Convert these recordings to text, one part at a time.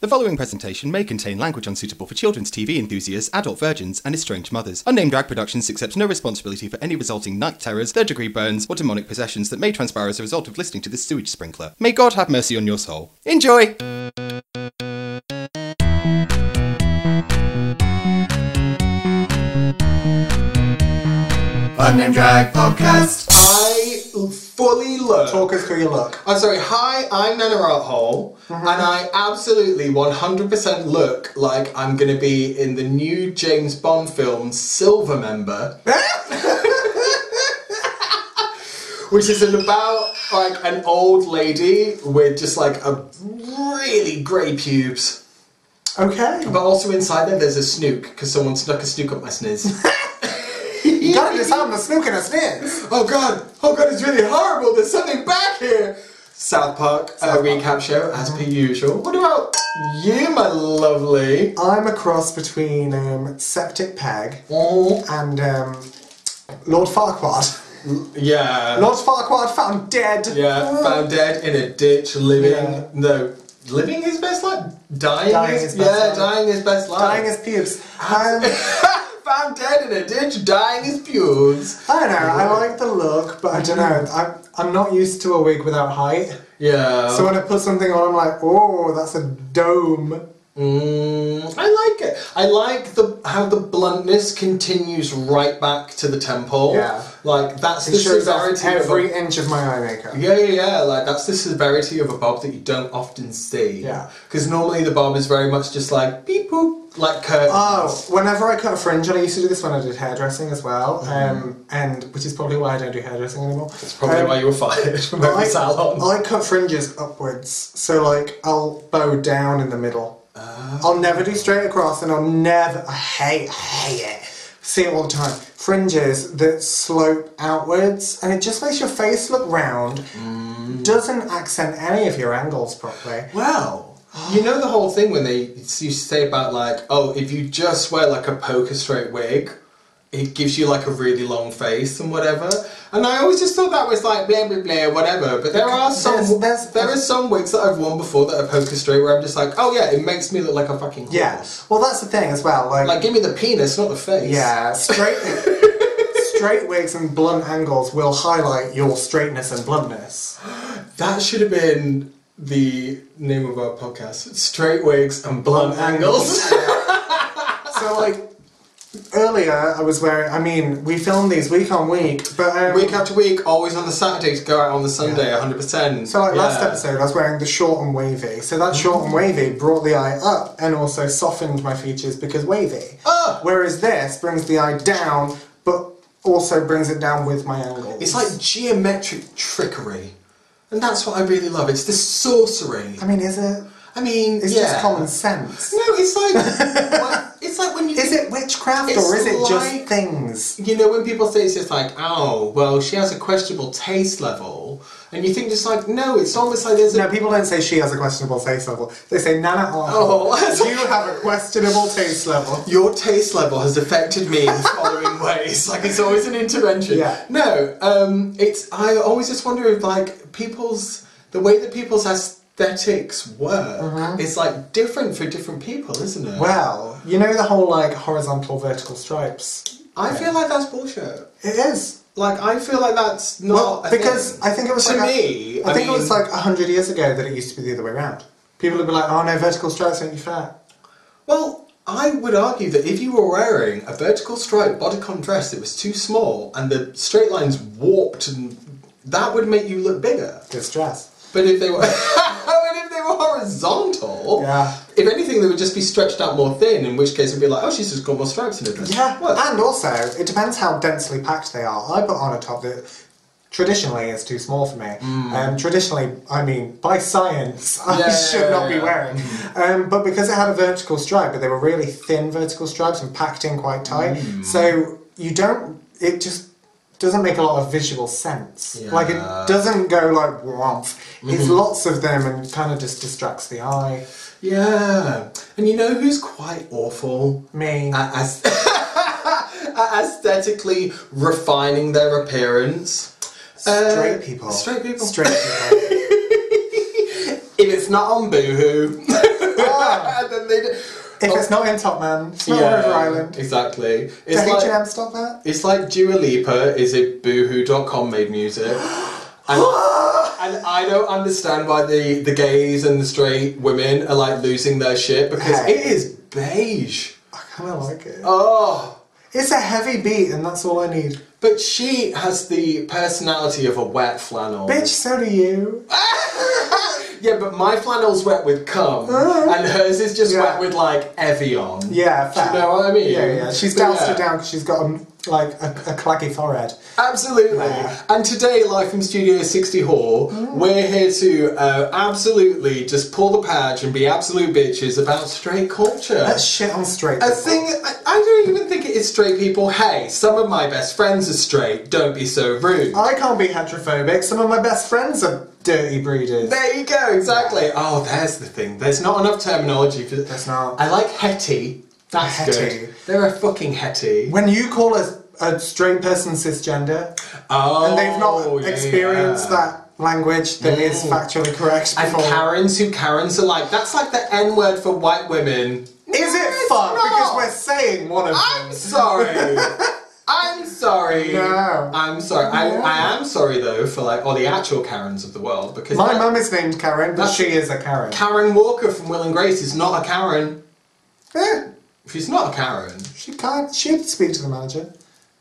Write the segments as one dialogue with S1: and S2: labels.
S1: The following presentation may contain language unsuitable for children's TV enthusiasts, adult virgins, and estranged mothers. Unnamed Drag Productions accepts no responsibility for any resulting night terrors, third degree burns, or demonic possessions that may transpire as a result of listening to this sewage sprinkler. May God have mercy on your soul. Enjoy!
S2: Unnamed Drag Podcast.
S1: I fully look.
S2: Talk us through Mm-hmm. your look.
S1: I'm sorry, hi, I'm Nana Rothole, and I absolutely 100% look like I'm gonna be in the new James Bond film Silver Member. which is about like an old lady with just like a really grey pubes.
S2: Okay.
S1: But also inside them there's a snook, because someone snuck a snook up my sniz.
S2: You gotta do something to snook and a sniz.
S1: oh god, oh god, it's really horrible, there's something back here! South Park, a
S2: South Park. Mm-hmm.
S1: recap show, as per usual. What about you, my lovely?
S2: I'm a cross between um, Septic Peg and um, Lord Farquaad.
S1: Yeah.
S2: Lord Farquaad found dead.
S1: Yeah, found dead in a ditch, living.
S2: Mm-hmm. Yeah.
S1: No, living his best life? Dying,
S2: Dying
S1: his,
S2: his best
S1: Yeah,
S2: life.
S1: dying his best life.
S2: Oh, Dying his pubes. Um,
S1: found dead in a ditch, dying his pubes.
S2: I don't know, I like the look, but I don't know. I'm, I'm not used to a wig without height.
S1: Yeah.
S2: So when I put something on, I'm like, oh, that's a dome.
S1: Mm, I like it. I like the how the bluntness continues right back to the temple.
S2: Yeah.
S1: Like that's
S2: It
S1: the
S2: shows off
S1: severity
S2: every
S1: of
S2: inch of my eye makeup.
S1: a, Yeah, yeah, yeah. Like that's the severity of a bob that you don't often see.
S2: Yeah.
S1: Because normally the bob is very much just like beep boop, like curtains.
S2: Oh, whenever I cut a fringe, and I used to do this when I did hairdressing as well, um, and which is probably why I don't do hairdressing anymore.
S1: Mm-hmm. That's probably
S2: Um,
S1: why you were fired from every
S2: I,
S1: salon.
S2: I cut fringes upwards, so like I'll bow down in the middle.
S1: Oh.
S2: I'll never do straight across, and I'll never. I hate, I hate it. See it all the time. Fringes that slope outwards, and it just makes your face look round.
S1: Mm.
S2: Doesn't accent any of your angles properly.
S1: Wow. You know the whole thing when they you say about like, oh, if you just wear like a poker straight wig, it gives you like a really long face and whatever. And I always just thought that was like blah blah blah whatever. But there are some
S2: There's- there's-
S1: there are some wigs that I've worn before that are poker straight where I'm just like, oh yeah, it makes me look like a fucking horse.
S2: Yeah. Well, that's the thing as well.
S1: Like give me the penis, not the face.
S2: Yeah, straight straight wigs and blunt angles will highlight your straightness and bluntness.
S1: That should have been the name of our podcast: straight wigs and blunt angles.
S2: so like earlier, I was wearing. I mean, we film these week on week, but um,
S1: week after week, always on the Saturday to go out on the Sunday, 100%.
S2: so like last
S1: Yeah.
S2: episode, I was wearing the short and wavy. So that short and wavy brought the eye up and also softened my features because wavy.
S1: Ah!
S2: Whereas this brings the eye down, but also brings it down with my angles.
S1: It's like geometric trickery. And that's what I really love. It's the sorcery.
S2: I mean, is it?
S1: I mean,
S2: It's
S1: yeah.
S2: just common sense.
S1: No, it's like. what- it's like when you.
S2: Is it witchcraft
S1: It's
S2: or is it just
S1: like-
S2: things?
S1: You know, when people say it's just like, oh, well, she has a questionable taste level. And you think just like, no, it's almost like there's a.
S2: No, people don't say she has a questionable taste level. They say Nana
S1: Oh,
S2: oh, you have a questionable taste level.
S1: Your taste level has affected me in the following ways. Like it's always an intervention.
S2: Yeah.
S1: No, um, it's I always just wonder if like people's the way that people's aesthetics work is like different for different people, isn't it?
S2: Mm-hmm. Well, you know the whole like horizontal vertical stripes.
S1: I feel like that's bullshit.
S2: It is.
S1: Like I feel like that's
S2: Well,
S1: not a
S2: because
S1: thing.
S2: I think it was
S1: to
S2: like a-
S1: me.
S2: I, think it was
S1: mean,
S2: like hundred years ago that it used to be the other way around. People would be like, "Oh no, vertical stripes make you fat."
S1: Well, I would argue that if you were wearing a vertical stripe bodycon dress that was too small and the straight lines warped, and that would make you look bigger.
S2: Good dress.
S1: But if they were, but if they were horizontal,
S2: Yeah.
S1: if anything, they would just be stretched out more thin. In which case, it'd be like, oh, she's just got more stripes in her dress.
S2: Yeah,
S1: What?
S2: and also it depends how densely packed they are. I put on a top that traditionally is too small for me. Um, traditionally, I mean by science, I
S1: Mm. Yeah,
S2: should
S1: yeah,
S2: not
S1: yeah. Mm.
S2: be wearing. Um, but because it had a vertical stripe, but they were really thin vertical stripes and packed in quite tight,
S1: Mm.
S2: so you don't. It just doesn't make a lot of visual sense. Like it
S1: Yeah. Mm-hmm.
S2: doesn't go like womp. It's lots of them and kind of just distracts the eye.
S1: yeah. And you know who's quite awful
S2: Me.
S1: at, as- at aesthetically refining their appearance? Uh,
S2: straight people.
S1: Straight people.
S2: Straight people.
S1: If it's not on Boohoo,
S2: Oh, If it's not in Topman, it's not River Island.
S1: Exactly.
S2: Did
S1: It's
S2: H&M
S1: like,
S2: stop that?
S1: it's like Dua Lipa is it boohoo.com made music. And, and I don't understand why the, the gays and the straight women are like losing their shit because
S2: Hey.
S1: it is beige.
S2: I kind of like it.
S1: Oh.
S2: It's a heavy beat, and that's all I need.
S1: But she has the personality of a wet flannel.
S2: Bitch, so do you.
S1: Yeah, but my flannel's wet with cum, and hers is just
S2: Uh-huh. Yeah.
S1: wet with like Evian.
S2: Yeah,
S1: Do
S2: fair.
S1: you know what I mean?
S2: Yeah, yeah. She's
S1: But
S2: doused
S1: yeah.
S2: it down because she's got um, like a, a claggy forehead.
S1: Absolutely. And today, live from Studio 60 Hall,
S2: Mm.
S1: we're here to uh, absolutely just pull the patch and be absolute bitches about straight culture.
S2: That's shit on straight.
S1: a
S2: people.
S1: thing, I, I don't even think it is straight people. Hey, some of my best friends are straight. Don't be so rude.
S2: I can't be heterophobic. Some of my best friends are dirty breeders.
S1: There you go, exactly. Oh, there's the thing. There's not enough terminology for There's
S2: not.
S1: I like hetty. That's
S2: Hetty.
S1: good. They're a fucking hetty.
S2: when you call a, a straight person cisgender
S1: Oh,
S2: and they've not
S1: yeah. Mm.
S2: experienced that language that is factually correct
S1: And
S2: before.
S1: Karens, who Karens are like, that's like the N word for white women.
S2: is
S1: No,
S2: it
S1: it's
S2: fun?
S1: not.
S2: Because we're saying one of
S1: I'm
S2: them.
S1: sorry. I'm sorry.
S2: No.
S1: I'm sorry. I,
S2: No.
S1: I am sorry though for like all the actual Karens of the world because
S2: My
S1: like,
S2: mum is named Karen, but
S1: That's-
S2: she is a Karen.
S1: Karen Walker from Will and Grace is not a Karen.
S2: Eh,
S1: She's not a Karen.
S2: she can't. She'd speak to the manager.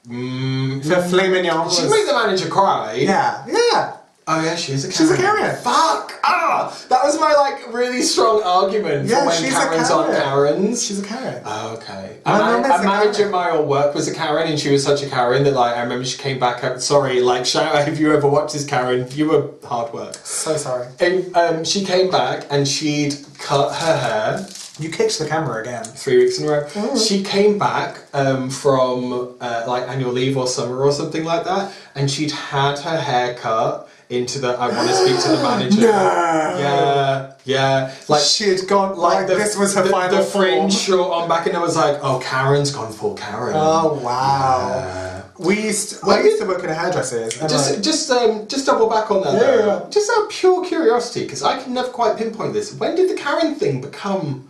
S2: Mm. For filet mignon.
S1: She
S2: was-
S1: made the manager cry.
S2: Yeah, yeah.
S1: Oh yeah, she is a Karen.
S2: She's a Karen.
S1: Fuck! Ah! That was my like really strong argument
S2: Yeah,
S1: for when
S2: she's a
S1: Karens aren't
S2: Karen.
S1: Karens.
S2: She's a Karen.
S1: Ah. Oh, Okay.
S2: My
S1: I,
S2: mum is
S1: a
S2: a
S1: manager
S2: Karen.
S1: at my old work was a Karen, and she was such a Karen that like I remember she came back up. Sorry, like shout out if you ever watched this Karen, you were hard work.
S2: so sorry.
S1: And, um, she came back and she'd cut her hair
S2: You kicked the camera again.
S1: three weeks in a row. She came back um, from uh, like annual leave or summer or something like that, and she'd had her hair cut into the I want to speak to the manager. Yeah, yeah. Like
S2: she had gone like,
S1: the-
S2: this was her
S1: the,
S2: final
S1: the fringe
S2: form.
S1: short on back, and I was like, oh, Karen's gone full Karen.
S2: Oh wow. We used I
S1: Like-
S2: used to work in a hairdresser's. And
S1: Just,
S2: like,
S1: just, um, just double back on that.
S2: Yeah,
S1: though.
S2: yeah.
S1: Just out of pure curiosity, because I can never quite pinpoint this. When did the Karen thing become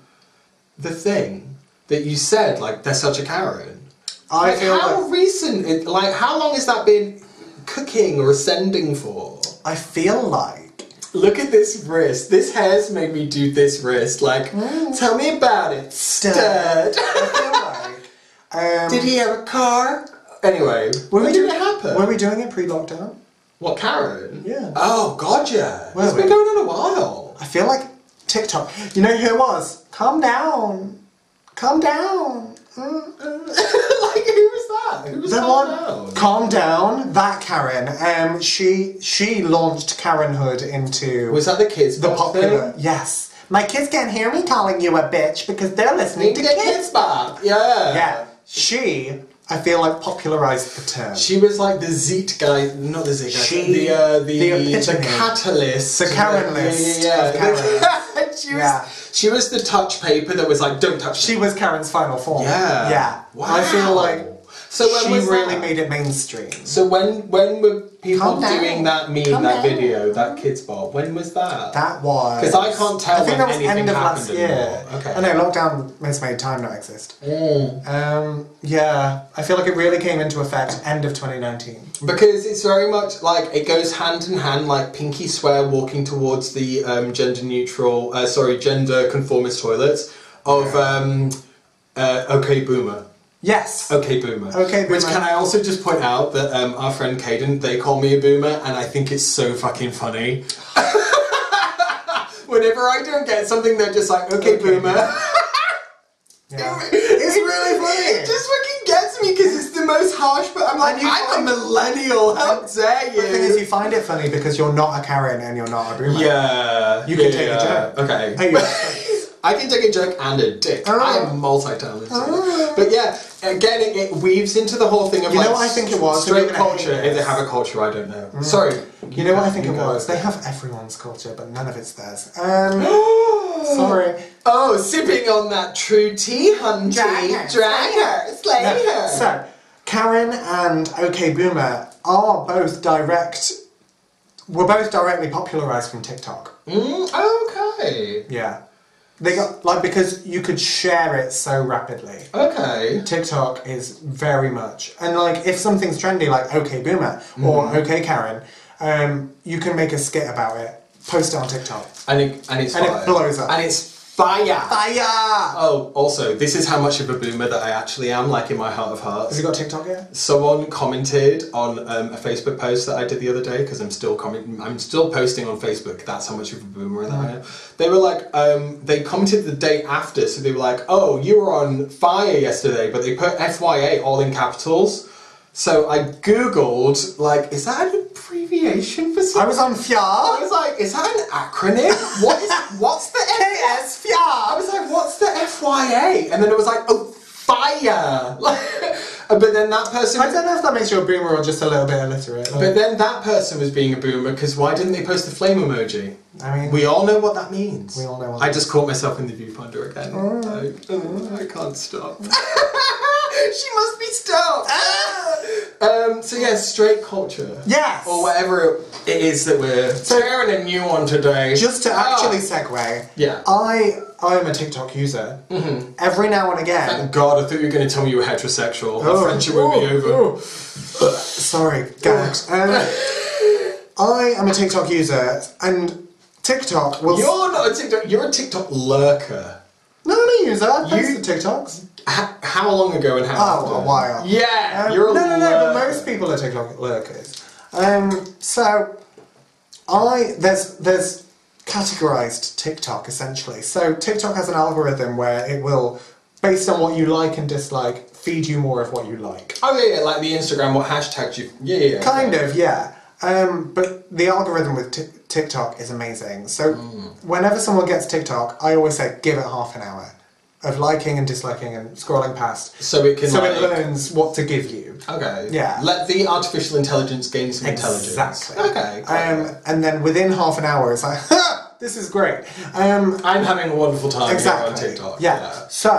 S1: the thing that you said? Like, they're such a Karen.
S2: I
S1: like,
S2: feel
S1: how
S2: like-
S1: recent? It, like, how long has that been cooking or ascending for?
S2: I feel like
S1: Look at this wrist. This hair's made me do this wrist. Like, tell me about it.
S2: Stud.
S1: Stud.
S2: I feel like. Um,
S1: did he have a car? Anyway, when,
S2: we
S1: did
S2: do-
S1: it happen?
S2: Were we doing it pre-lockdown?
S1: What, Karen?
S2: Yeah.
S1: Oh, God, yeah.
S2: Were
S1: it's been
S2: we?
S1: going on a while.
S2: I feel like TikTok. You know who it was? Calm down. Calm down.
S1: like, who was that? Who was
S2: The
S1: that
S2: one,
S1: now?
S2: calm down. That Karen. Um, she she launched Karenhood into
S1: Was that the kids?
S2: the
S1: box
S2: popular.
S1: thing?
S2: Yes, my kids can't hear me calling you a bitch because they're listening
S1: Need
S2: to
S1: to get
S2: kids.
S1: kids back. Yeah.
S2: Yeah, she. I feel like popularized the term.
S1: She was like the Zeet guy, not the Zeet guy.
S2: She-
S1: the uh, the
S2: the
S1: the,
S2: epitome.
S1: catalyst,
S2: The Karen
S1: Yeah,
S2: list
S1: Yeah,
S2: of
S1: yeah.
S2: Karen.
S1: she was
S2: Yeah.
S1: she was the touch paper that was like, don't touch.
S2: she
S1: me."
S2: was Karen's final form.
S1: yeah
S2: yeah.
S1: Wow.
S2: I feel like
S1: so when
S2: she
S1: was
S2: really
S1: that?
S2: made it mainstream.
S1: So when when were people
S2: Calm down.
S1: doing that meme,
S2: Calm
S1: that
S2: down.
S1: video, that kids bar? When was that?
S2: That was
S1: 'Cause I can't tell
S2: I
S1: when
S2: think that was
S1: anything
S2: end of last
S1: happened
S2: year.
S1: anymore. Okay. Mm.
S2: I know lockdown has made time not exist. Um, yeah, I feel like it really came into effect end of 2019.
S1: Because it's very much like it goes hand in hand, like pinky swear walking towards the um, gender neutral, uh, sorry, gender conformist toilets of um, uh, OK Boomer.
S2: Yes.
S1: Okay, boomer.
S2: Okay,
S1: Which
S2: boomer.
S1: can I also just point out that um, our friend Caden, they call me a boomer, and I think it's so fucking funny. Whenever I don't get something, they're just like, okay, boomer.
S2: Yeah.
S1: it's
S2: really funny.
S1: It just fucking gets me because it's the most harsh. But I'm like,
S2: And you
S1: I'm
S2: find-
S1: a millennial. How dare you?
S2: The thing is, you find it funny because you're not a Karen and you're not a boomer.
S1: yeah,
S2: You can
S1: yeah,
S2: take a
S1: yeah.
S2: joke.
S1: Okay.
S2: Hey, Ah. you-
S1: I can take a joke and a dick. I am multi-talented. But yeah, again, it, it weaves into the whole thing of
S2: Ah. You
S1: like
S2: know what I think it Mm. was?
S1: straight
S2: You're gonna hate
S1: culture. If they
S2: this.
S1: have a culture, I don't know. Sorry.
S2: You know what I think
S1: You
S2: it
S1: go.
S2: was? They have everyone's culture, but none of it's theirs. Um, sorry.
S1: Oh, sipping on that true tea, hunty.
S2: Drag her.
S1: Drag her. Slay her.
S2: So, Karen and OK Boomer are both direct. Were both directly popularized from TikTok.
S1: Mm, okay.
S2: Yeah. They got like because you could share it so rapidly.
S1: Okay.
S2: TikTok is very much and like if something's trendy, like OK Boomer or OK Karen, um, you can make a skit about it, post it on TikTok.
S1: And it and it's
S2: And it
S1: fire.
S2: blows up.
S1: And it's fire.
S2: Fire!
S1: Oh, also, this is how much of a boomer that I actually am, like in my heart of
S2: Has
S1: hearts.
S2: he got TikTok yet?
S1: Someone commented on um, a Facebook post that I did the other day because I'm still comment- I'm still posting on Facebook. That's how much of a boomer that
S2: Mm.
S1: I am. They were like, um, they commented the day after, so they were like, "Oh, you were on fire yesterday," but they put FYA all in capitals. So I googled, like, is that an abbreviation for
S2: I
S1: something?
S2: was on
S1: I
S2: Fiar.
S1: was like, is that an acronym? What is what's the FYA?
S2: KS Fiar.
S1: I was like, what's the FYA? And then it was like, oh, fire! Like, but then that person.
S2: I don't know if that makes you a boomer or just a little bit illiterate.
S1: But
S2: Like,
S1: then that person was being a boomer because why didn't they post the flame emoji?
S2: I mean-
S1: we all know what that means.
S2: We all know what
S1: I
S2: that
S1: just caught myself in the viewfinder again. I, oh, I can't stop.
S2: Mm.
S1: she must be stopped. um, so yeah, straight culture.
S2: Ah. Yes.
S1: Or whatever it is that we're sharing a new one today.
S2: just to
S1: Ah.
S2: actually segue,
S1: Yeah.
S2: I I am a TikTok user. Mm-hmm. Every now and again.
S1: Thank God, I thought you were going to tell me you were heterosexual. Our friendship won't be
S2: oh,
S1: over.
S2: oh. Sorry, gagged. Um, I am a TikTok user, and TikTok will.
S1: You're not a TikTok. You're a TikTok lurker.
S2: No, I'm a user. Thanks
S1: You-
S2: to TikToks.
S1: H- how long ago and how?
S2: Oh, a
S1: often?
S2: while.
S1: Yeah,
S2: Um,
S1: you're a
S2: no, no, no. But
S1: lurker.
S2: most people are TikTok lurkers. Um, so I there's there's categorized TikTok essentially. So TikTok has an algorithm where it will, based on what you like and dislike, feed you more of what you like.
S1: Oh yeah, yeah, like the Instagram. What hashtags you? Yeah, yeah. yeah.
S2: Kind of, yeah. Um, but the algorithm with t- TikTok is amazing. So
S1: Mm.
S2: whenever someone gets TikTok, I always say give it half an hour of liking and disliking and scrolling past.
S1: So it can.
S2: So
S1: like,
S2: it learns what to give you.
S1: Okay.
S2: Yeah.
S1: Let the artificial intelligence gain some intelligence.
S2: Exactly.
S1: Okay. great.
S2: Um, and then within half an hour, it's like, ha, this is great. Um,
S1: I'm having a wonderful time
S2: exactly.
S1: here on TikTok.
S2: Yeah. So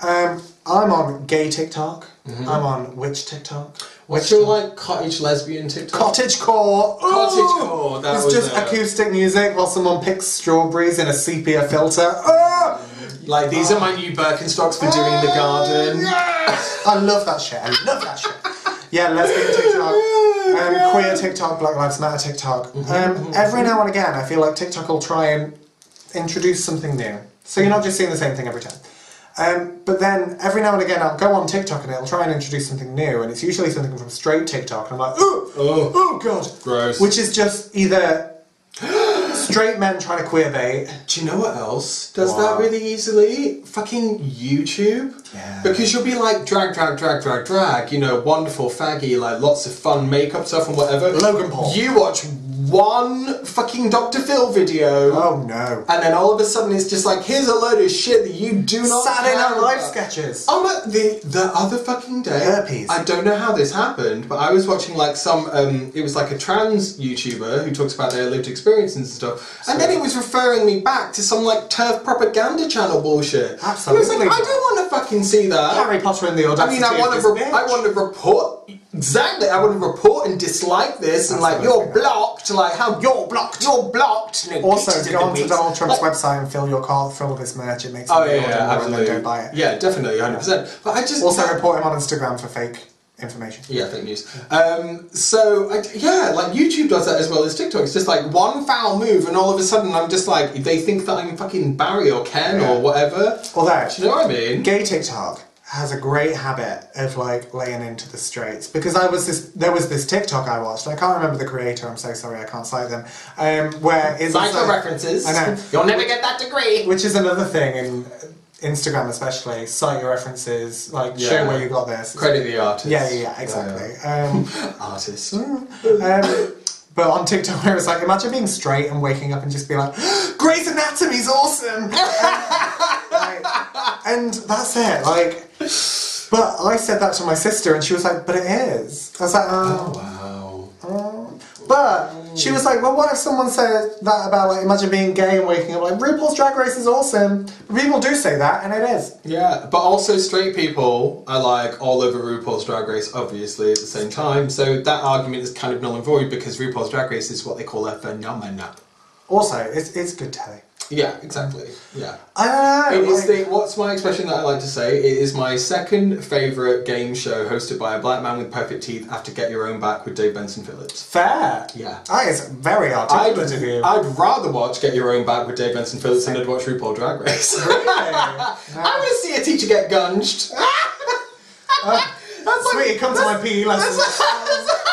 S2: um, I'm on gay TikTok.
S1: Mm-hmm.
S2: I'm on witch TikTok.
S1: What's your like cottage lesbian TikTok?
S2: Cottagecore. Ooh!
S1: Cottagecore, that
S2: it's
S1: was
S2: just
S1: a-
S2: acoustic music while someone picks strawberries in a sepia filter. Oh!
S1: like these are my new Birkenstocks for doing the garden.
S2: Yes! I love that shit. I love that shit. Yeah, lesbian TikTok,
S1: Oh
S2: um, queer TikTok, Black Lives Matter TikTok.
S1: Mm-hmm,
S2: Um, every now and again, I feel like TikTok will try and introduce something new. So you're not just seeing the same thing every time. Um, but then every now and again, I'll go on TikTok and it'll try and introduce something new, and it's usually something from straight TikTok, and I'm like, ooh,
S1: Oh.
S2: oh god,
S1: Gross.
S2: Which is just either straight men trying to queer bait.
S1: Do you know what else does
S2: What?
S1: that really easily? Fucking YouTube.
S2: Yeah.
S1: Because you'll be like drag, drag, drag, drag, drag. You know, wonderful faggy, like lots of fun makeup stuff and whatever.
S2: Logan Paul.
S1: You watch one fucking Dr. Phil video.
S2: Oh no,
S1: And then all of a sudden, it's just like, here's a load of shit that you do not.
S2: Saturday
S1: care
S2: Night Live
S1: about.
S2: sketches.
S1: Oh my! The the other fucking day,
S2: Herpes.
S1: I don't know how this happened, but I was watching like some. Um, it was like a trans YouTuber who talks about their lived experiences and stuff, and then it was referring me back to some like turf propaganda channel bullshit. And I was
S2: Absolutely
S1: like, I
S2: not.
S1: don't want to fucking see that.
S2: Harry Potter and the
S1: I
S2: Audacity.
S1: mean, I
S2: of
S1: want
S2: this
S1: to. Re-
S2: bitch.
S1: I want to report. Exactly, I want to report and dislike this, and like
S2: Absolutely
S1: you're
S2: not.
S1: blocked. Like how you're blocked. You're blocked. No pictures
S2: Also,
S1: of
S2: go
S1: the
S2: onto
S1: weeks.
S2: Donald Trump's
S1: Like,
S2: website and fill your cart full of his merch. It makes
S1: Oh
S2: it
S1: yeah,
S2: more
S1: yeah,
S2: and then
S1: absolutely.
S2: don't buy it.
S1: Yeah, definitely, hundred percent. But I just
S2: Also, report him on Instagram for fake information.
S1: Yeah, fake news. Um, so I, yeah, like YouTube does that as well as TikTok. It's just like one foul move, and all of a sudden I'm just like, they think that I'm fucking Barry or Ken
S2: Yeah.
S1: or whatever.
S2: Although,
S1: Do you know what I mean?
S2: gay TikTok has a great habit of like laying into the straights because I was this there was this TikTok I watched I can't remember the creator I'm so sorry I can't cite them um, where it's
S1: Vital
S2: like-
S1: references.
S2: I know
S1: You'll never get that degree.
S2: which is another thing in Instagram especially cite your references like
S1: Yeah.
S2: show where you got this
S1: Credit the artist.
S2: yeah yeah, yeah exactly Um,
S1: Yeah. Artist.
S2: Um, but on TikTok, it was like, imagine being straight and waking up and just be like, Grey's Anatomy's awesome! Like, and that's it. Like, but I said that to my sister, and she was like, but it is. I was like, oh.
S1: Wow.
S2: But she was like, well, what if someone said that about, like, imagine being gay and waking up, like, RuPaul's Drag Race is awesome? People do say that, and it is.
S1: Yeah, but also straight people are like all over RuPaul's Drag Race, obviously, at the same time. So that argument is kind of null and void because RuPaul's Drag Race is what they call a phenomena.
S2: Also, it's, it's good telly.
S1: Yeah, exactly. Yeah.
S2: I don't
S1: It
S2: know.
S1: is the,
S2: like-
S1: what's my expression that I like to say? It is my second favourite game show hosted by a black man with perfect teeth after Get Your Own Back with Dave Benson Phillips.
S2: Fair.
S1: Yeah.
S2: That is very
S1: I'd,
S2: articulate of you.
S1: I'd rather watch Get Your Own Back with Dave Benson Phillips than I'd watch RuPaul Drag Race. I want to see a teacher get gunged.
S2: Uh,
S1: that's
S2: Sweetie, come to my E PE
S1: That's,
S2: lesson.
S1: that's-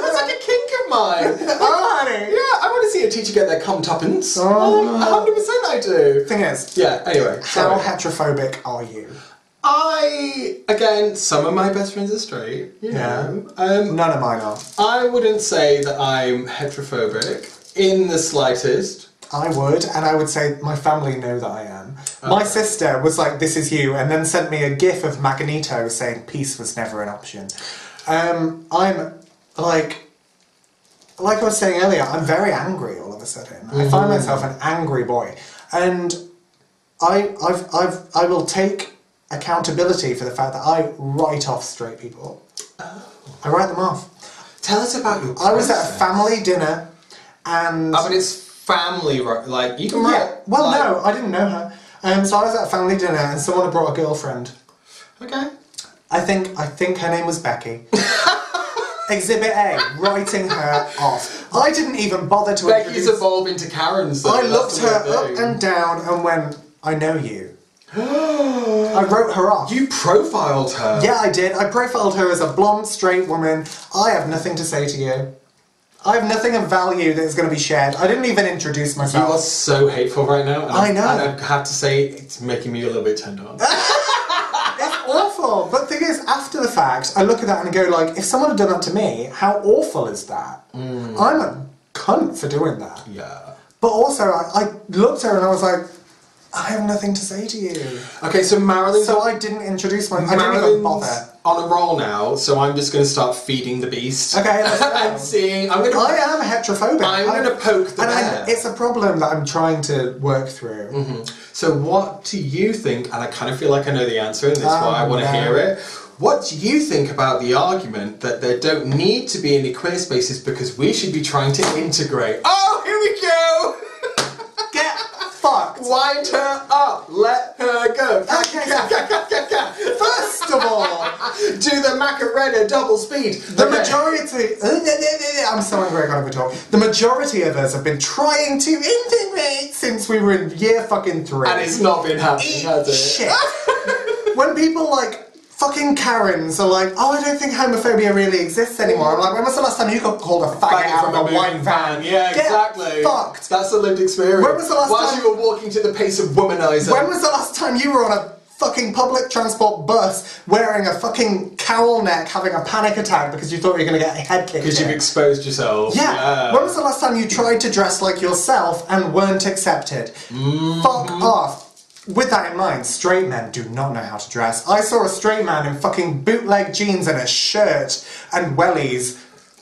S1: that's like a kink of mine.
S2: Oh, honey.
S1: Yeah, I want to see a teacher get their cum tuppence.
S2: Oh.
S1: hundred percent, I do.
S2: Thing is,
S1: Yeah. Anyway,
S2: how
S1: sorry.
S2: heterophobic are you?
S1: I again, some of my best friends are straight. You know. Um,
S2: None of mine are.
S1: I wouldn't say that I'm heterophobic in the slightest.
S2: I would, and I would say my family know that I am. My sister was like, "This is you," and then sent me a GIF of Magneto saying, "Peace was never an option." Um, I'm like, like I was saying earlier, I'm very angry all of a sudden. I find myself an angry boy, and I, I've, I've, I will take accountability for the fact that I write off straight people. I write them off.
S1: Tell us about your.
S2: I was at a
S1: process.
S2: family dinner, and
S1: I mean, it's family, right? Like you can write.
S2: yeah. Well,
S1: like-
S2: no, I didn't know her. Um, so I was at a family dinner and someone had brought a girlfriend.
S1: Okay.
S2: I think I think her name was Becky. Exhibit A, writing her off. I didn't even bother to
S1: Becky's
S2: introduce.
S1: evolved into Karen's. though,
S2: I
S1: that's
S2: looked
S1: the
S2: her
S1: weird
S2: up
S1: thing.
S2: and down and went, I know you. I wrote her off.
S1: You profiled her.
S2: Yeah, I did. I profiled her as a blonde, straight woman. I have nothing to say to you. I have nothing of value that is going to be shared. I didn't even introduce
S1: You
S2: myself.
S1: are so hateful right now. and
S2: I know.
S1: And I have to say, it's making me a little bit turned on.
S2: awful. But the thing is, after the fact, I look at that and go like, if someone had done that to me, how awful is that?
S1: Mm.
S2: I'm a cunt for doing that.
S1: yeah.
S2: But also, I, I looked at her and I was like, I have nothing to say to you.
S1: Okay, so Marilyn's,
S2: So I didn't introduce myself. I didn't
S1: Marilyn's
S2: even bother.
S1: on a roll now, so I'm just going to start feeding the beast.
S2: Okay, Oh, let's go.
S1: and seeing. I'm going to.
S2: I am heterophobic.
S1: I'm
S2: I-
S1: gonna poke the
S2: and I-
S1: bear.
S2: it's a problem that I'm trying to work through.
S1: Mm-hmm. So, what do you think? And I kind of feel like I know the answer, and that's why I want to
S2: Oh, no.
S1: hear it. What do you think about the argument that there don't need to be any queer spaces because we should be trying to integrate? Oh, here we go!
S2: Get fucked.
S1: Wind her up, let her go.
S2: Okay. First of all,
S1: Do the Macarena double speed.
S2: The
S1: Okay.
S2: majority. uh, I'm so angry I can't even talk. The majority of us have been trying to integrate since we were in year fucking three.
S1: And it's not been happening, has it?
S2: shit. when people like fucking Karens are like, oh, I don't think homophobia really exists anymore. I'm like, when was the last time you got called a faggot
S1: Back
S2: out of a
S1: moving
S2: wine van?
S1: Yeah,
S2: Get
S1: exactly.
S2: Fucked.
S1: That's the lived experience.
S2: When was the last
S1: Whilst
S2: time-
S1: you were walking to the pace of womanizer.
S2: When was the last time you were on a fucking public transport bus wearing a fucking cowl neck, having a panic attack because you thought you were going to get a head kicked?
S1: because
S2: in?
S1: you've exposed yourself.
S2: Yeah. When was the last time you tried to dress like yourself and weren't accepted?
S1: Mm-hmm.
S2: Fuck off. With that in mind, straight men do not know how to dress. I saw a straight man in fucking bootleg jeans and a shirt and wellies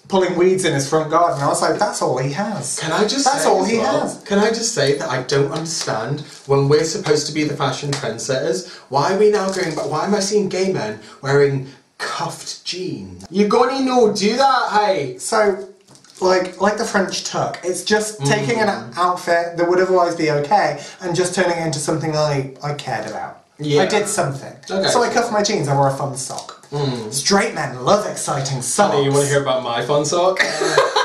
S2: pulling weeds in his front garden. I was like, that's all he has.
S1: Can I just
S2: That's
S1: say
S2: all
S1: as
S2: he
S1: well-
S2: has.
S1: Can I just say that I don't understand when we're supposed to be the fashion trendsetters, why are we now going back why am I seeing gay men wearing cuffed jeans? You're gonna no do that, hey!
S2: So, like, like the French tuck, it's just
S1: Mm.
S2: taking an outfit that would otherwise be okay and just turning it into something I, I cared about.
S1: Yeah.
S2: I did something.
S1: Okay.
S2: So I cuffed my jeans, I wore a fun sock. Straight men love exciting socks.
S1: Honey, you wanna hear about my fun sock?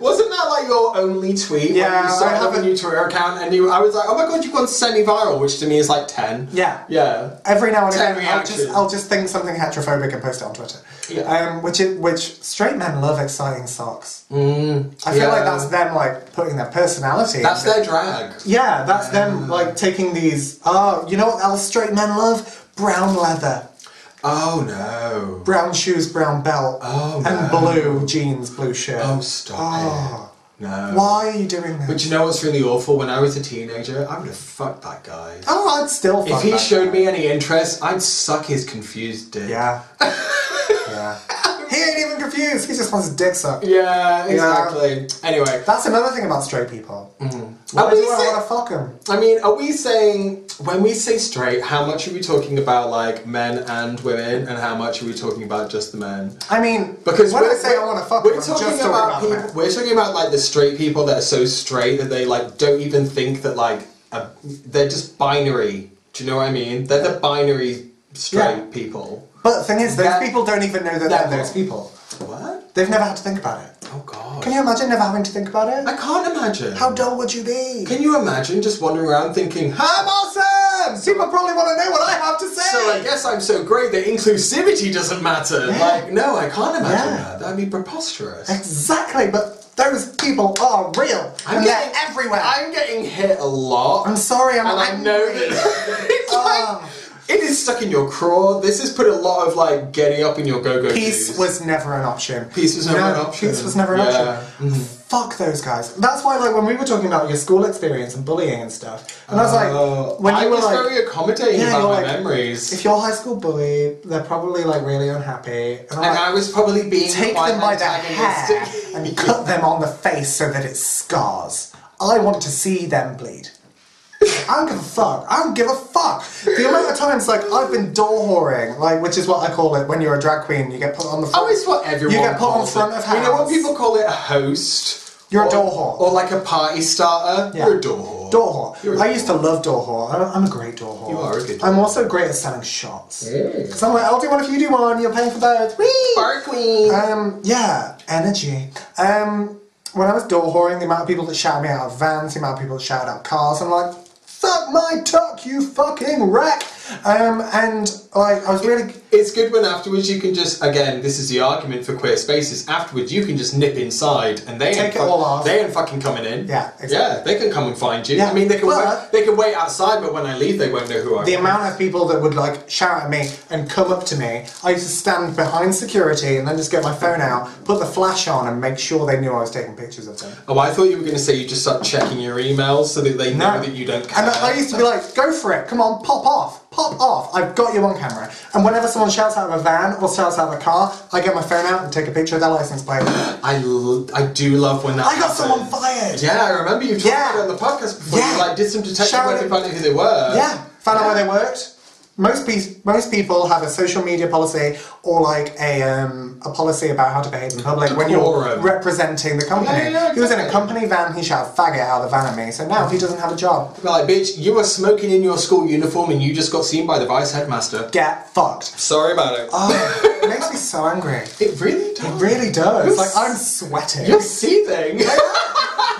S1: Wasn't that like your only tweet when
S2: Yeah,
S1: you
S2: I
S1: started up a
S2: haven't-
S1: new Twitter account and you I was like, oh my god, you've gone semi-viral, which to me is like ten.
S2: Yeah.
S1: Yeah.
S2: Every now and
S1: Ten
S2: again, I'll just,
S1: reactions.
S2: I'll just think something heterophobic and post it on Twitter.
S1: Yeah.
S2: Um, which, is, which straight men love exciting socks. I feel
S1: Mm. yeah.
S2: like that's them, like, putting their personality
S1: That's
S2: into
S1: their drag.
S2: Yeah, that's them like taking these. Oh, you know what else straight men love? Brown leather,
S1: Oh no.
S2: brown shoes, brown belt,
S1: Oh,
S2: and
S1: no.
S2: blue jeans, blue shirt.
S1: Oh stop
S2: Oh.
S1: it. No.
S2: Why are you doing that?
S1: But do you know what's really awful? When I was a teenager, I would have fucked that guy.
S2: oh, I'd still.
S1: If
S2: fuck
S1: he
S2: that
S1: showed
S2: guy.
S1: me any interest, I'd suck his confused dick.
S2: Yeah. yeah. He ain't even confused. He just wants his dick sucked.
S1: Yeah, exactly. Anyway,
S2: That's another thing about straight people.
S1: Mm. I
S2: Why
S1: was
S2: do I
S1: say-
S2: want to fuck him?
S1: I mean, are we saying when we say straight, how much are we talking about like men and women, and how much are we talking about just the men?
S2: I mean,
S1: Because
S2: when I
S1: we're-
S2: say I want to fuck,
S1: we're
S2: I'm
S1: talking
S2: just
S1: about,
S2: talking
S1: people.
S2: about
S1: We're talking about like the straight people that are so straight that they like don't even think that like a, they're just binary. Do you know what I mean? They're the binary straight
S2: Yeah.
S1: people.
S2: But the thing is, those
S1: That-
S2: people don't even know that
S1: that one.
S2: they're those people.
S1: What?
S2: They've never had to think about it.
S1: Oh god!
S2: Can you imagine never having to think about it?
S1: I can't imagine.
S2: How dull would you be?
S1: Can you imagine just wandering around thinking, "I'm awesome"?
S2: People probably want to know what I have to say.
S1: So I guess I'm so great that inclusivity doesn't matter. Like, no, I can't imagine
S2: Yeah.
S1: that. That'd be preposterous.
S2: exactly, but those people are real and they're everywhere.
S1: I'm getting hit a lot.
S2: I'm sorry, I'm
S1: and I
S2: angry.
S1: know that it's
S2: Oh.
S1: like it is stuck in your craw. This has put a lot of like getting up in your go-go.
S2: Peace
S1: juice.
S2: was never an option.
S1: Peace was never an option.
S2: Peace was never an
S1: Yeah. Mm-hmm.
S2: option. Fuck those guys. That's why, like, when we were talking about your school experience and bullying and stuff, and I was
S1: Oh,
S2: like, when
S1: I
S2: you were
S1: was
S2: like,
S1: very accommodating
S2: Yeah,
S1: about
S2: you're
S1: my
S2: like-
S1: memories.
S2: if you're high school bully, they're probably like really unhappy, and I'm
S1: and
S2: like,
S1: I was probably being
S2: take
S1: quite
S2: them by the hair
S1: antagonistic.
S2: and cut them on the face so that it scars. I want to see them bleed. I don't give a fuck. I don't give a fuck. The amount of times, like, I've been door whoring, like, which is what I call it when you're a drag queen. You get put on the
S1: Oh,
S2: front.
S1: it's what everyone
S2: You get put on
S1: calls
S2: front
S1: it.
S2: of
S1: You know what
S2: house.
S1: people call it? A host.
S2: You're a
S1: or,
S2: door whore.
S1: Or like a party starter.
S2: Yeah.
S1: You're a door whore.
S2: Door
S1: You're
S2: whore.
S1: a
S2: I used to love door whore. I- I'm a great door whore.
S1: You are a good
S2: I'm
S1: door
S2: also great at selling shots.
S1: Hey.
S2: Because I'm like, I'll do one if you do one. You're paying for both. Whee!
S1: Sparkling.
S2: Um, yeah, energy. Um, when I was door whoring, the amount of people that shouted me out of vans, the amount of people that shouted out cars, I'm like, fuck my tuck, you fucking wreck. Um, and like, I was really.
S1: It's good when afterwards you can just again. This is the argument for queer spaces. Afterwards, you can just nip inside, and they
S2: Take
S1: ain't
S2: it all off.
S1: They ain't fucking coming in.
S2: Yeah, exactly.
S1: yeah. They can come and find you.
S2: Yeah,
S1: I mean, they can
S2: but-
S1: wait, they can wait outside, but when I leave, they won't know who I
S2: The
S1: am.
S2: amount of people that would like shout at me and come up to me, I used to stand behind security and then just get my phone out, put the flash on, and make sure they knew I was taking pictures of them.
S1: oh, I thought you were going to say you just start checking your emails so that they know that you don't care.
S2: And I used to be like, go for it, come on, pop off, pop off, I've got you on camera. And whenever someone shouts out of a van or shouts out of a car, I get my phone out and take a picture of their license plate. I
S1: I, l- I do love when that.
S2: got
S1: happens.
S2: someone fired!
S1: Yeah, I remember you talked
S2: Yeah.
S1: about it on the podcast before.
S2: Yeah.
S1: You like did some detective
S2: Sharon-
S1: work and found out who they were.
S2: Yeah, found out where they worked. Most, pe- most people have a social media policy or like a, um, a policy about how to behave in public when you're
S1: Decorum.
S2: representing the company.
S1: Yeah, yeah, yeah,
S2: He was in a
S1: exactly.
S2: company van, he shouted faggot out of the van at me, so now he doesn't have a job.
S1: They're like, bitch, you were smoking in your school uniform and you just got seen by the vice headmaster.
S2: Get fucked.
S1: Sorry about it.
S2: Oh, it makes me so angry.
S1: it really does.
S2: It really does.
S1: You're
S2: Like
S1: s-
S2: I'm sweating.
S1: You're seething.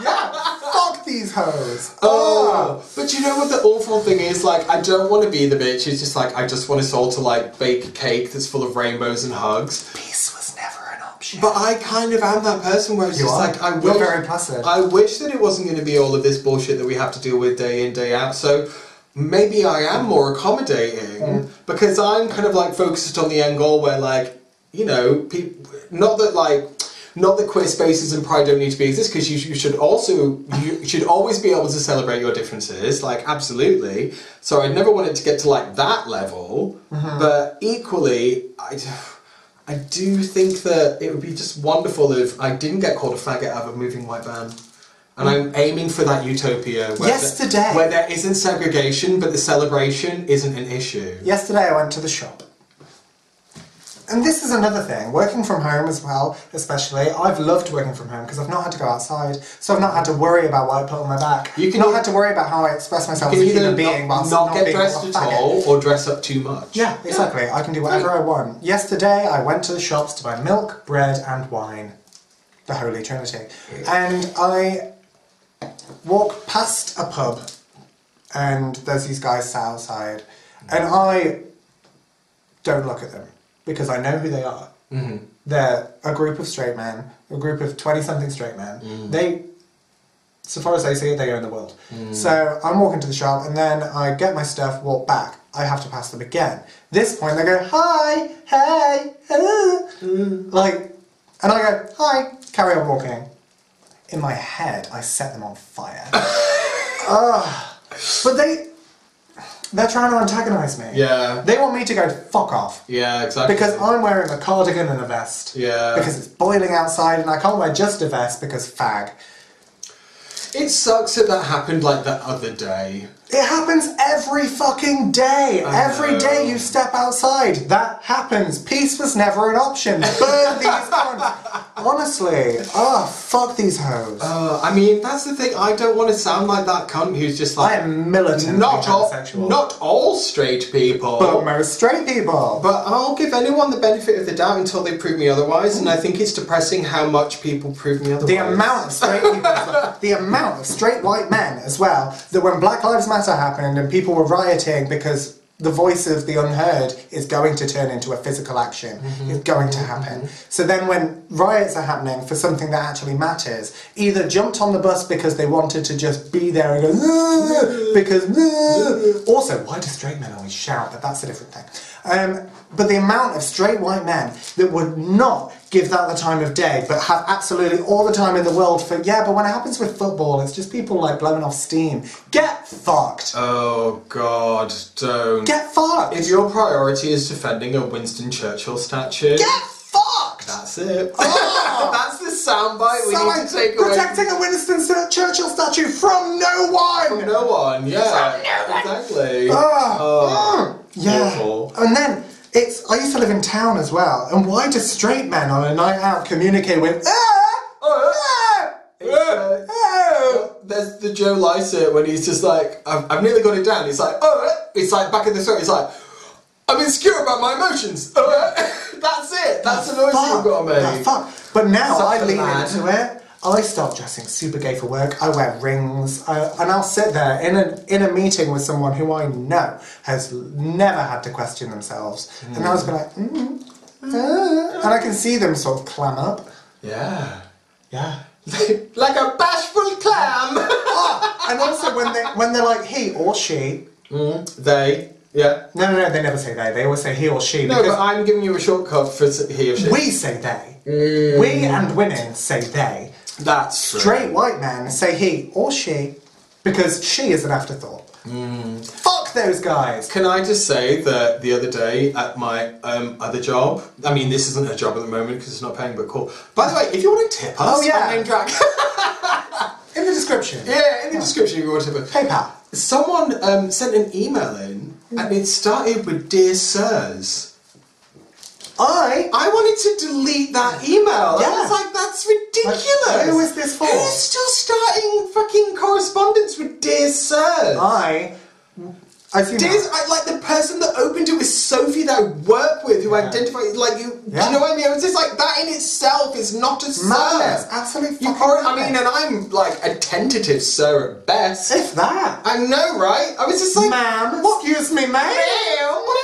S2: yeah. Fuck these hoes.
S1: Oh, but you know what the awful thing is? Like, I don't want to be the bitch. It's just like I just want us all to like bake a cake that's full of rainbows and hugs.
S2: peace was never an option.
S1: But I kind of am that person where it's
S2: You
S1: just
S2: are.
S1: like I
S2: You're
S1: wish.
S2: very passive.
S1: I wish that it wasn't going to be all of this bullshit that we have to deal with day in day out. So maybe I am more accommodating
S2: Mm.
S1: because I'm kind of like focused on the end goal where like you know people. Not that like. Not that queer spaces and pride don't need to be exist because you, you should also you should always be able to celebrate your differences like absolutely so I never wanted to get to like that level
S2: Mm-hmm.
S1: but equally I, I do think that it would be just wonderful if I didn't get called a faggot out of a moving white van. And I'm aiming for that utopia where,
S2: Yesterday.
S1: where there isn't segregation, but the celebration isn't an issue.
S2: Yesterday I went to the shop. And this is another thing, working from home as well, especially. I've loved working from home because I've not had to go outside, so I've not had to worry about what I put on my back.
S1: You can
S2: not
S1: either-
S2: had to worry about how I express myself
S1: You
S2: as a
S1: can either
S2: human being
S1: not,
S2: whilst
S1: not get
S2: being
S1: dressed
S2: a
S1: at
S2: faggot.
S1: all or dress up too much.
S2: Yeah, exactly. I can do whatever I want. Yesterday, I went to the shops to buy milk, bread, and wine. The Holy Trinity. And I walk past a pub, and there's these guys sat outside, and I don't look at them because I know who they are. They're a group of straight men, a group of 20 something straight men. They so far as they see it, they own the world. So I'm walking to the shop and then I get my stuff, walk back. I have to pass them again. This point, they go, hi, hey, hello. Like, and I go, hi, carry on walking. In my head, I set them on fire. Ugh. but they, they're trying to antagonize me.
S1: Yeah.
S2: They want me to go, fuck off.
S1: Yeah, exactly.
S2: Because I'm wearing a cardigan and a vest.
S1: Yeah.
S2: Because it's boiling outside and I can't wear just a vest because fag.
S1: It sucks that that happened like the other day.
S2: It happens every fucking day. Every
S1: know.
S2: day you step outside, that happens. Peace was never an option. Burn these cunts. Honestly, oh fuck these hoes.
S1: Uh, I mean, that's the thing. I don't want to sound like that cunt who's just
S2: I
S1: like
S2: am militant.
S1: not all,
S2: homosexual.
S1: not all straight people.
S2: but most straight people.
S1: But I'll give anyone the benefit of the doubt until they prove me otherwise, and I think it's depressing how much people prove me otherwise.
S2: The amount of straight people, the amount of straight white men as well, that when Black Lives Matter happened and people were rioting because the voice of the unheard is going to turn into a physical action, it's going to happen. So then when riots are happening for something that actually matters, either jumped on the bus because they wanted to just be there and go, "Ugh," because, "Ugh." also, why do straight men always shout? But that's a different thing. Um, but the amount of straight white men that would not give that the time of day, but have absolutely all the time in the world for, yeah, but when it happens with football, it's just people like blowing off steam. Get fucked.
S1: Oh God, don't.
S2: Get fucked.
S1: if your priority is defending a Winston Churchill statue,
S2: Get fucked.
S1: that's it. that's the soundbite we
S2: So
S1: need
S2: I'm
S1: to take away.
S2: protecting a Winston Churchill statue from no one.
S1: from no one, yeah, exactly.
S2: Ah!
S1: Oh,
S2: Yeah.
S1: Awful.
S2: And then it's I used to live in town as well. And why do straight men on a night out communicate with ah,
S1: Oh,
S2: ah,
S1: eh? Yeah. Eh?
S2: ah.
S1: There's the Joe Lycett when he's just like, I've, I've nearly got it down. He's like, oh, eh." it's like back in the throat. He's like, I'm insecure about my emotions. Oh, eh." That's it. That's the noise you've
S2: Fuck,
S1: got to
S2: ah,
S1: make.
S2: fuck. But now
S1: Such
S2: I
S1: a
S2: lean
S1: lad.
S2: into it. I start dressing super gay for work. I wear rings, I, and I'll sit there in a in a meeting with someone who I know has never had to question themselves, and I'll just be like, mm, ah, and I can see them sort of clam up.
S1: Yeah.
S2: Yeah.
S1: like a bashful clam.
S2: Ah, and also when they when they're like he or she.
S1: they. Yeah.
S2: No, no, no. They never say they. They always say he or she
S1: No, but
S2: because
S1: I'm giving you a shortcut for s- he or she.
S2: we say they.
S1: Mm.
S2: We and women say they.
S1: That's true.
S2: Straight white men say he or she because she is an afterthought. Fuck those guys.
S1: Can I just say that the other day at my um, other job, I mean, this isn't a job at the moment because it's not paying, but cool. By the way, if you want to tip us,
S2: Oh, yeah.
S1: my name drag.
S2: In the description.
S1: yeah, in the description if you want to tip us.
S2: PayPal.
S1: Someone um, sent an email in and it started with Dear Sirs.
S2: I.
S1: I wanted to delete that email. I was
S2: Yeah.
S1: like, that's ridiculous.
S2: who is this for?
S1: Who's still starting fucking correspondence with Dear Sirs?
S2: Oh, I. I see.
S1: It is
S2: now.
S1: I, like the person that opened it was Sophie that I work with, who
S2: Yeah.
S1: identified like you. Do
S2: Yeah.
S1: you know what I mean? I was just like that in itself is not a
S2: Madness.
S1: sir.
S2: Absolute
S1: You
S2: fucking
S1: are, I mean,
S2: madness.
S1: and I'm like a tentative sir at best.
S2: If that.
S1: I know, right? I was just like,
S2: ma'am.
S1: what?
S2: Excuse me, ma'am.
S1: Ma'am, what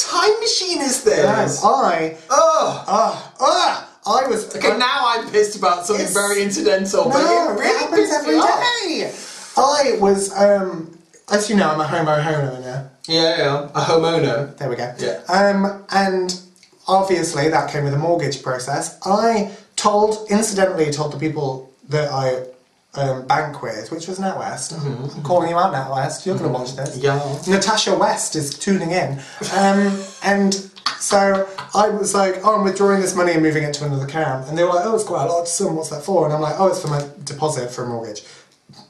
S1: fucking time machine is this? Oh,
S2: Yes, I.
S1: Ugh.
S2: Ah, ah. I was.
S1: Okay, now I'm pissed about something
S2: It's-
S1: very incidental, but
S2: No,
S1: it
S2: it
S1: really
S2: happens
S1: pissed
S2: every
S1: me off.
S2: day. I was, um, as you know, I'm a homo homo now.
S1: Yeah, yeah, a homeowner.
S2: There we go.
S1: Yeah.
S2: Um, and obviously that came with a mortgage process. I told, incidentally, told the people that I um, bank with, which was NatWest. I'm calling you out, NatWest. You're going to watch this.
S1: Mm-hmm, Yeah.
S2: Natasha West is tuning in. Um, and so I was like, oh, I'm withdrawing this money and moving it to another account. And they were like, oh, it's quite a large sum. What's that for? And I'm like, oh, it's for my deposit for a mortgage.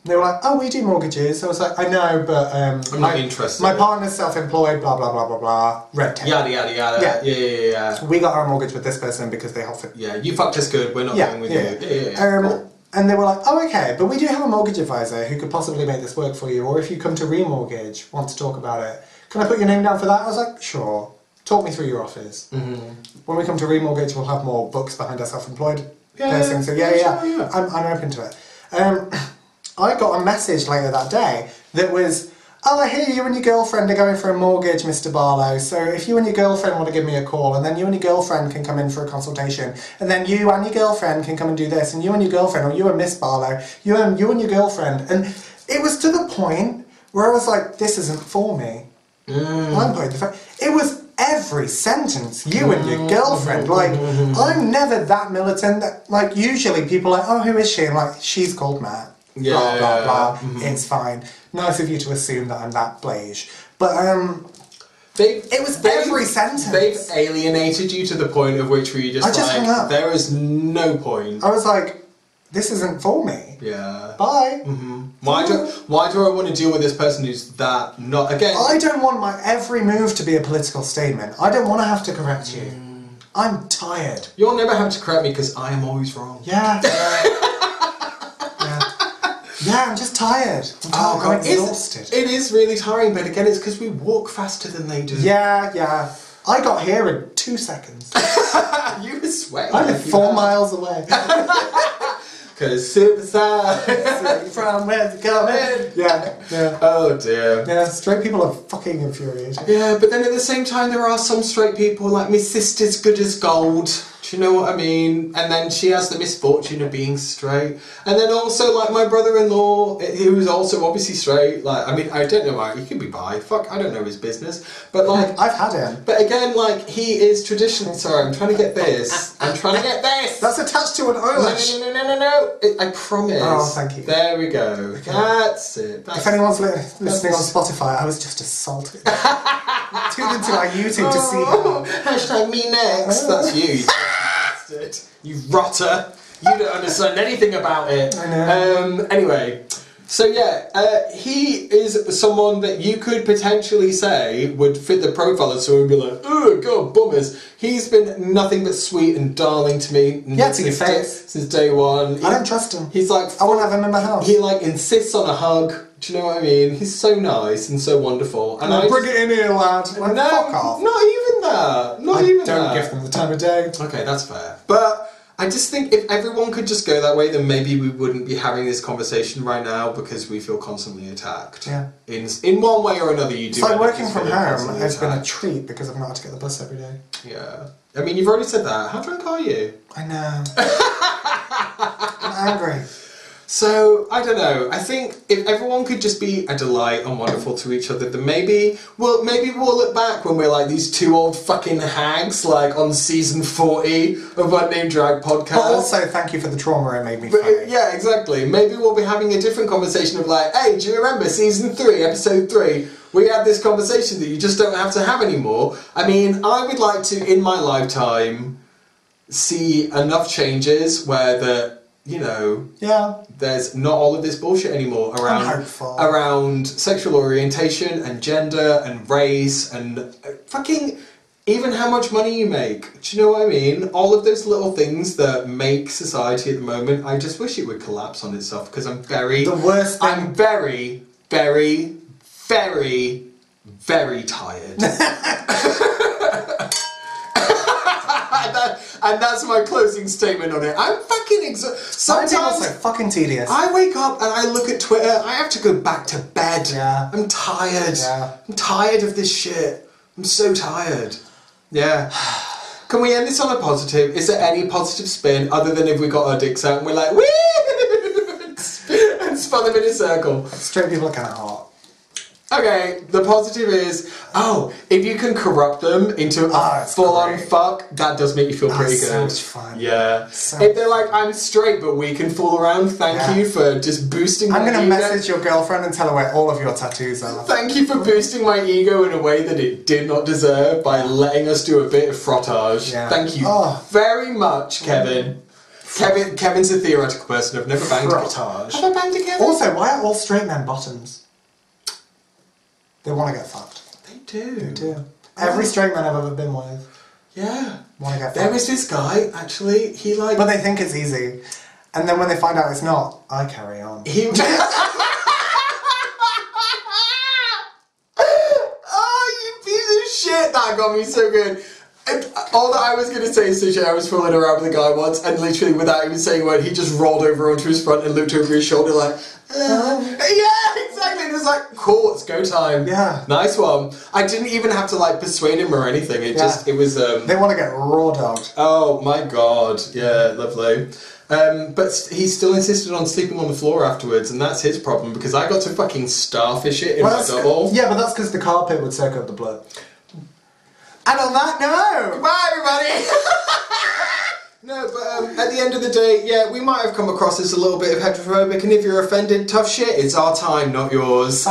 S2: They were like, oh, we do mortgages. I was like, I know, but um,
S1: I'm not
S2: my-
S1: interested.
S2: My partner's self-employed. Blah blah blah blah blah. Red tape.
S1: Yada yada yada.
S2: Yeah.
S1: yeah, yeah. yeah, yeah.
S2: We got our mortgage with this person because they offered.
S1: Yeah, you fucked us good. We're not
S2: Yeah,
S1: going with
S2: yeah.
S1: you. Yeah, yeah, yeah.
S2: Um,
S1: Cool.
S2: And they were like, oh, okay, but we do have a mortgage advisor who could possibly make this work for you, or if you come to remortgage, want to talk about it, can I put your name down for that? I was like, sure. Talk me through your offers.
S1: Mm-hmm.
S2: When we come to remortgage, we'll have more books behind our self-employed
S1: Yeah,
S2: person. So yeah,
S1: yeah,
S2: yeah,
S1: sure, yeah.
S2: I'm, I'm open to it. Um, I got a message later that day that was, oh, I hear you and your girlfriend are going for a mortgage, Mr. Barlow. So if you and your girlfriend want to give me a call, and then you and your girlfriend can come in for a consultation, and then you and your girlfriend can come and do this, and you and your girlfriend, or you and Miss Barlow, you and you and your girlfriend, and it was to the point where I was like, this isn't for me. I'm playing the fact. It was every sentence, you and your girlfriend. Like, I'm never that militant. That, like, usually people are like, oh, who is she? I'm like, she's called Matt. Blah,
S1: Yeah. Mm-hmm.
S2: blah, blah. It's fine. Nice of you to assume that I'm that blage. But, um,
S1: They,
S2: it was every sentence.
S1: They've alienated you to the point of which were you just
S2: I just
S1: like,
S2: hung up. Oh.
S1: there is no point.
S2: I was like, this isn't for me.
S1: Yeah.
S2: Bye.
S1: Mm-hmm. Why do Why do I want to deal with this person who's that not again?
S2: I don't want my every move to be a political statement. I don't want to have to correct you.
S1: Mm.
S2: I'm tired.
S1: You'll never have to correct me because I am always wrong.
S2: Yeah. yeah. Yeah, I'm just tired. I'm, tired. I'm
S1: it's-
S2: Ah, exhausted.
S1: Oh, It is really tiring, but again, it's because we walk faster than they do.
S2: yeah, yeah. I got here in two seconds.
S1: you were sweating.
S2: I live four miles away
S1: Because super sad.
S2: from where's it going. Yeah, yeah.
S1: oh dear.
S2: Yeah, straight people are fucking infuriated.
S1: Yeah, but then at the same time, there are some straight people like my sister's good as gold. Do you know what I mean? And then she has the misfortune of being straight. And then also like my brother-in-law, who is also obviously straight. Like I mean, I don't know why he could be bi. Fuck, I don't know his business. But like.
S2: I've had him.
S1: But again, like he is traditionally sorry. I'm trying to get this. I'm trying to get this.
S2: That's attached to an
S1: No,
S2: eyelash.
S1: no, no, no, no, no. It, I promise.
S2: Oh, thank you.
S1: There we go. That's it. That's
S2: If anyone's li- listening on Spotify, I was just assaulted. Tune into our YouTube to see how.
S1: Oh, hashtag me next. That's you. You bastard. You rotter. You don't understand anything about it.
S2: I know.
S1: Um, anyway, so yeah, uh, he is someone that you could potentially say would fit the profile of someone who'd be like, oh god, bummers. He's been nothing but sweet and darling to me.
S2: Yeah, to your
S1: since day-
S2: face.
S1: since day one.
S2: I don't trust him.
S1: He's like,
S2: I won't have him in my house.
S1: he like insists on a hug. Do you know what I mean? He's so nice and so wonderful. And I
S2: Bring it in here, lad. Like,
S1: no,
S2: fuck off.
S1: not even that. Not
S2: I
S1: even that.
S2: don't give them the time of day.
S1: Okay, that's fair. But I just think if everyone could just go that way, then maybe we wouldn't be having this conversation right now because we feel constantly attacked.
S2: Yeah.
S1: In in one way or another, you do.
S2: It's like
S1: end up
S2: working
S1: just
S2: from
S1: feeling
S2: home
S1: constantly
S2: has been a
S1: attacked.
S2: treat because I've not had to get the bus every day.
S1: yeah. I mean, you've already said that. How drunk are you?
S2: I know. I'm angry.
S1: So I don't know. I think if everyone could just be a delight and wonderful to each other, then maybe well, maybe we'll look back when we're like these two old fucking hags, like on season forty of our name drag podcast.
S2: But also, thank you for the trauma it made me
S1: But, uh,
S2: feel.
S1: yeah, exactly. Maybe we'll be having a different conversation of like, hey, do you remember season three, episode three? We had this conversation that you just don't have to have anymore. I mean, I would like to, in my lifetime, see enough changes where the you know
S2: Yeah.
S1: there's not all of this bullshit anymore around
S2: hopeful.
S1: around sexual orientation and gender and race and uh, fucking even how much money you make. Do you know what I mean? All of those little things that make society at the moment. I just wish it would collapse on itself because I'm very
S2: The worst thing-
S1: I'm very very very very tired. and, that, and that's my closing statement on it. I'm fucking exhausted.
S2: Sometimes
S1: Sometimes
S2: also fucking tedious.
S1: I wake up and I look at Twitter. I have to go back to bed.
S2: Yeah.
S1: I'm tired.
S2: Yeah.
S1: I'm tired of this shit. I'm so tired. Yeah. Can we end this on a positive? Is there any positive spin other than if we got our dicks out and we're like, woo! and spun them in a circle?
S2: Straight people are kind of hot.
S1: Okay, the positive is, oh, if you can corrupt them into
S2: Ah,
S1: a
S2: it's
S1: full on
S2: great.
S1: fuck, that does make you feel pretty
S2: so
S1: good.
S2: much fun.
S1: Yeah.
S2: So
S1: if they're like, I'm straight, but we can fool around, thank
S2: Yeah.
S1: you for just boosting
S2: I'm
S1: my
S2: gonna
S1: ego.
S2: message your girlfriend and tell her where all of your tattoos are.
S1: Thank you for boosting my ego in a way that it did not deserve by letting us do a bit of frottage.
S2: Yeah.
S1: Thank you
S2: Oh.
S1: very much, Kevin. Kevin. Kevin's a theoretical person. I've never banged
S2: Frottage.
S1: Have I banged a Kevin?
S2: Also, why are all straight men bottoms? They want to get fucked.
S1: they do. They
S2: Do. Every straight man I've ever been with
S1: Yeah.
S2: want to get
S1: There
S2: fucked.
S1: was this guy, actually, he like.
S2: But they think it's easy. And then when they find out it's not, I carry on.
S1: He. oh, you piece of shit! That got me so good. And all that I was gonna say is that I was fooling around with a guy once, and literally without even saying a word, he just rolled over onto his front and looked over his shoulder like, "Uh, yeah, exactly. And it was like, cool, it's go time.
S2: Yeah.
S1: nice one. I didn't even have to like persuade him or anything. It
S2: Yeah.
S1: just, it was. um
S2: They want to get raw dogged.
S1: Oh my god, yeah, lovely. Um, but s- he still insisted on sleeping on the floor afterwards, and that's his problem because I got to fucking starfish it in
S2: Well,
S1: my
S2: that's-
S1: double.
S2: Yeah, but that's because the carpet would soak up the blood. And on that note,
S1: Bye, everybody! no, but um, at the end of the day, yeah, we might have come across as a little bit of heterophobic, and if you're offended, tough shit, it's our time, not yours.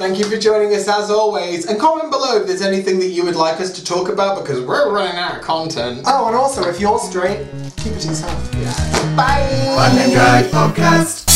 S1: Thank you for joining us as always. And comment below if there's anything that you would like us to talk about because we're running out of content.
S2: Oh, and also, if you're straight, keep it to yourself.
S1: Bye.
S3: Name Drag Podcast.